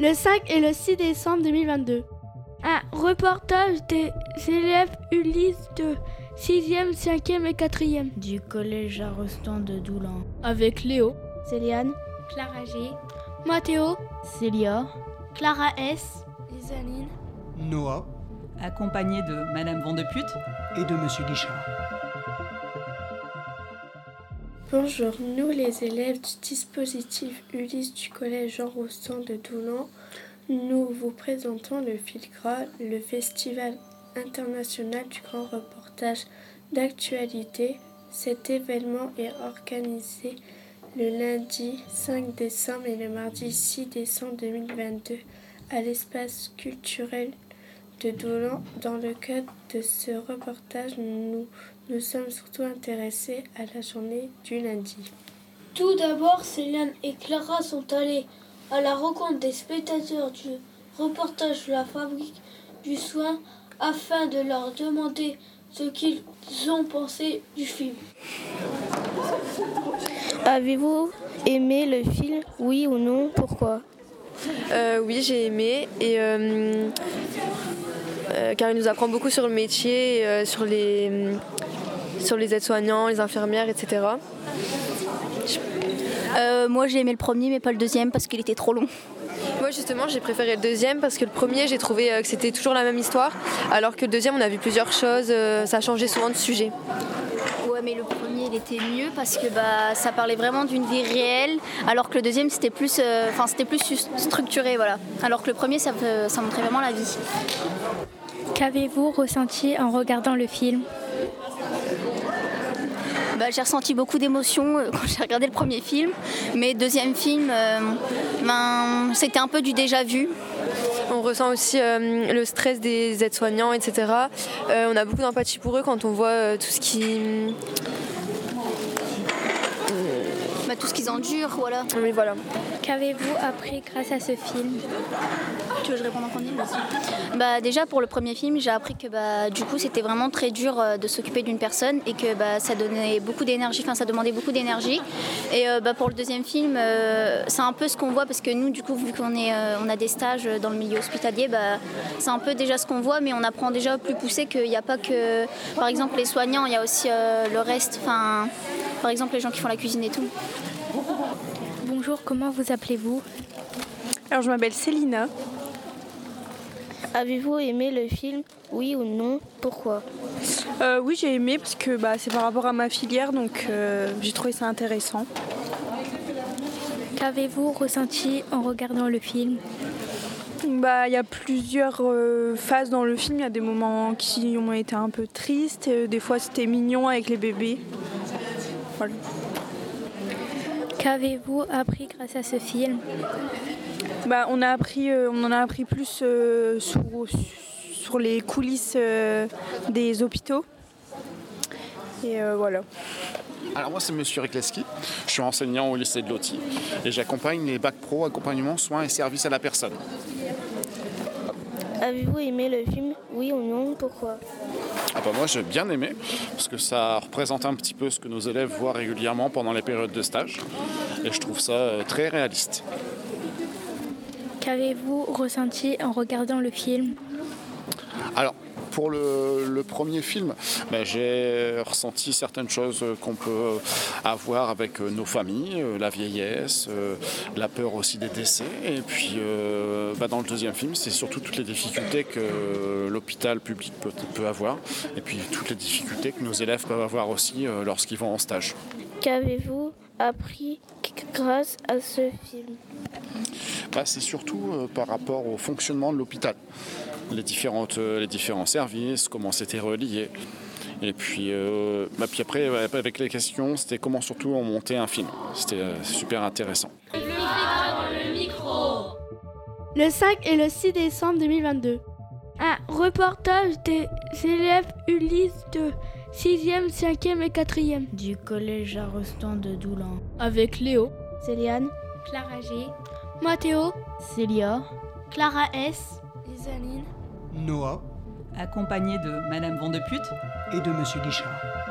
le 5 et le 6 décembre 2022. Un reportage des élèves Ulysse de 6e, 5e et 4e. Du collège Arrestant de Doulan. Avec Léo, Céliane, Clara G, Mathéo, Célia, Clara S, Isaline, Noah, accompagné de Madame Vandepute et de Monsieur Guichard. Bonjour, nous les élèves du dispositif Ulysse du collège Jean Rostand de Doulan, nous vous présentons le FILGRA, le Festival international du grand reportage d'actualité. Cet événement est organisé le lundi 5 décembre et le mardi 6 décembre 2022 à l'espace culturel de Doulan. Dans le cadre de ce reportage, nous nous sommes surtout intéressés à la journée du lundi. Tout d'abord, Céline et Clara sont allées à la rencontre des spectateurs du reportage de la fabrique du soin afin de leur demander ce qu'ils ont pensé du film. Avez-vous aimé le film Oui ou non Pourquoi euh, Oui, j'ai aimé et euh, euh, car il nous apprend beaucoup sur le métier, euh, sur les mm, sur les aides-soignants, les infirmières, etc. Euh, moi, j'ai aimé le premier, mais pas le deuxième parce qu'il était trop long. Moi justement j'ai préféré le deuxième parce que le premier j'ai trouvé euh, que c'était toujours la même histoire alors que le deuxième on a vu plusieurs choses, euh, ça changeait souvent de sujet. Ouais mais le premier il était mieux parce que bah ça parlait vraiment d'une vie réelle alors que le deuxième c'était plus enfin euh, c'était plus structuré voilà. Alors que le premier ça, ça montrait vraiment la vie. Qu'avez-vous ressenti en regardant le film bah, j'ai ressenti beaucoup d'émotions euh, quand j'ai regardé le premier film. Mais deuxième film, euh, ben, c'était un peu du déjà vu. On ressent aussi euh, le stress des aides-soignants, etc. on a beaucoup d'empathie pour eux quand on voit euh, tout ce qui. mm, Bah, tout ce qu'ils endurent, voilà. Oui, voilà. Qu'avez-vous appris grâce à ce film tu veux que je réponde en premier bah, Déjà, pour le premier film, j'ai appris que bah, du coup, c'était vraiment très dur euh, de s'occuper d'une personne et que bah, ça donnait beaucoup d'énergie, enfin, ça demandait beaucoup d'énergie. Et euh, bah, pour le deuxième film, euh, c'est un peu ce qu'on voit parce que nous, du coup, vu qu'on est, euh, on a des stages dans le milieu hospitalier, bah, c'est un peu déjà ce qu'on voit, mais on apprend déjà plus poussé qu'il n'y a pas que, par exemple, les soignants, il y a aussi euh, le reste, enfin, par exemple, les gens qui font la cuisine et tout. Bonjour, comment vous appelez-vous alors je m'appelle Célina, Avez-vous aimé le film Oui ou non Pourquoi euh, Oui, j'ai aimé parce que bah, c'est par rapport à ma filière, donc euh, j'ai trouvé ça intéressant. Qu'avez-vous ressenti en regardant le film il bah, y a plusieurs euh, phases dans le film. Il y a des moments qui ont été un peu tristes. des fois, c'était mignon avec les bébés. Voilà. Qu'avez-vous appris grâce à ce film bah, on, a appris, euh, on en a appris plus euh, sur, sur, les coulisses euh, des hôpitaux. Et voilà. Alors moi c'est Monsieur Rekleski, je suis enseignant au lycée de Loti et j'accompagne les bacs pro, accompagnement, soins et services à la personne. Avez-vous aimé le film Oui ou non Pourquoi ah bah Moi j'ai bien aimé parce que ça représente un petit peu ce que nos élèves voient régulièrement pendant les périodes de stage et je trouve ça euh, très réaliste. Qu'avez-vous ressenti en regardant le film Alors, pour le, le premier film, ben, j'ai ressenti certaines choses qu'on peut avoir avec euh, nos familles, la vieillesse, euh, la peur aussi des décès. Et puis, euh, ben, dans le deuxième film, c'est surtout toutes les difficultés que euh, l'hôpital public peut, peut, avoir, et puis toutes les difficultés que nos élèves peuvent avoir aussi euh, lorsqu'ils vont en stage. Qu'avez-vous appris grâce à ce film bah, C'est surtout euh, par rapport au fonctionnement de l'hôpital, les, différentes, euh, les différents services, comment c'était relié. Et puis, euh, bah, puis après, avec les questions, c'était comment surtout on montait un film. C'était euh, super intéressant. Le 5 et le 6 décembre 2022. Un reportage des élèves Ulysse de 6e, 5e et 4e. Du collège Arrestant de Doulan. Avec Léo, Céliane, Clara G, Mathéo, Célia, Clara S, Isaline, Noah, accompagné de Madame Vandepute et de Monsieur Guichard.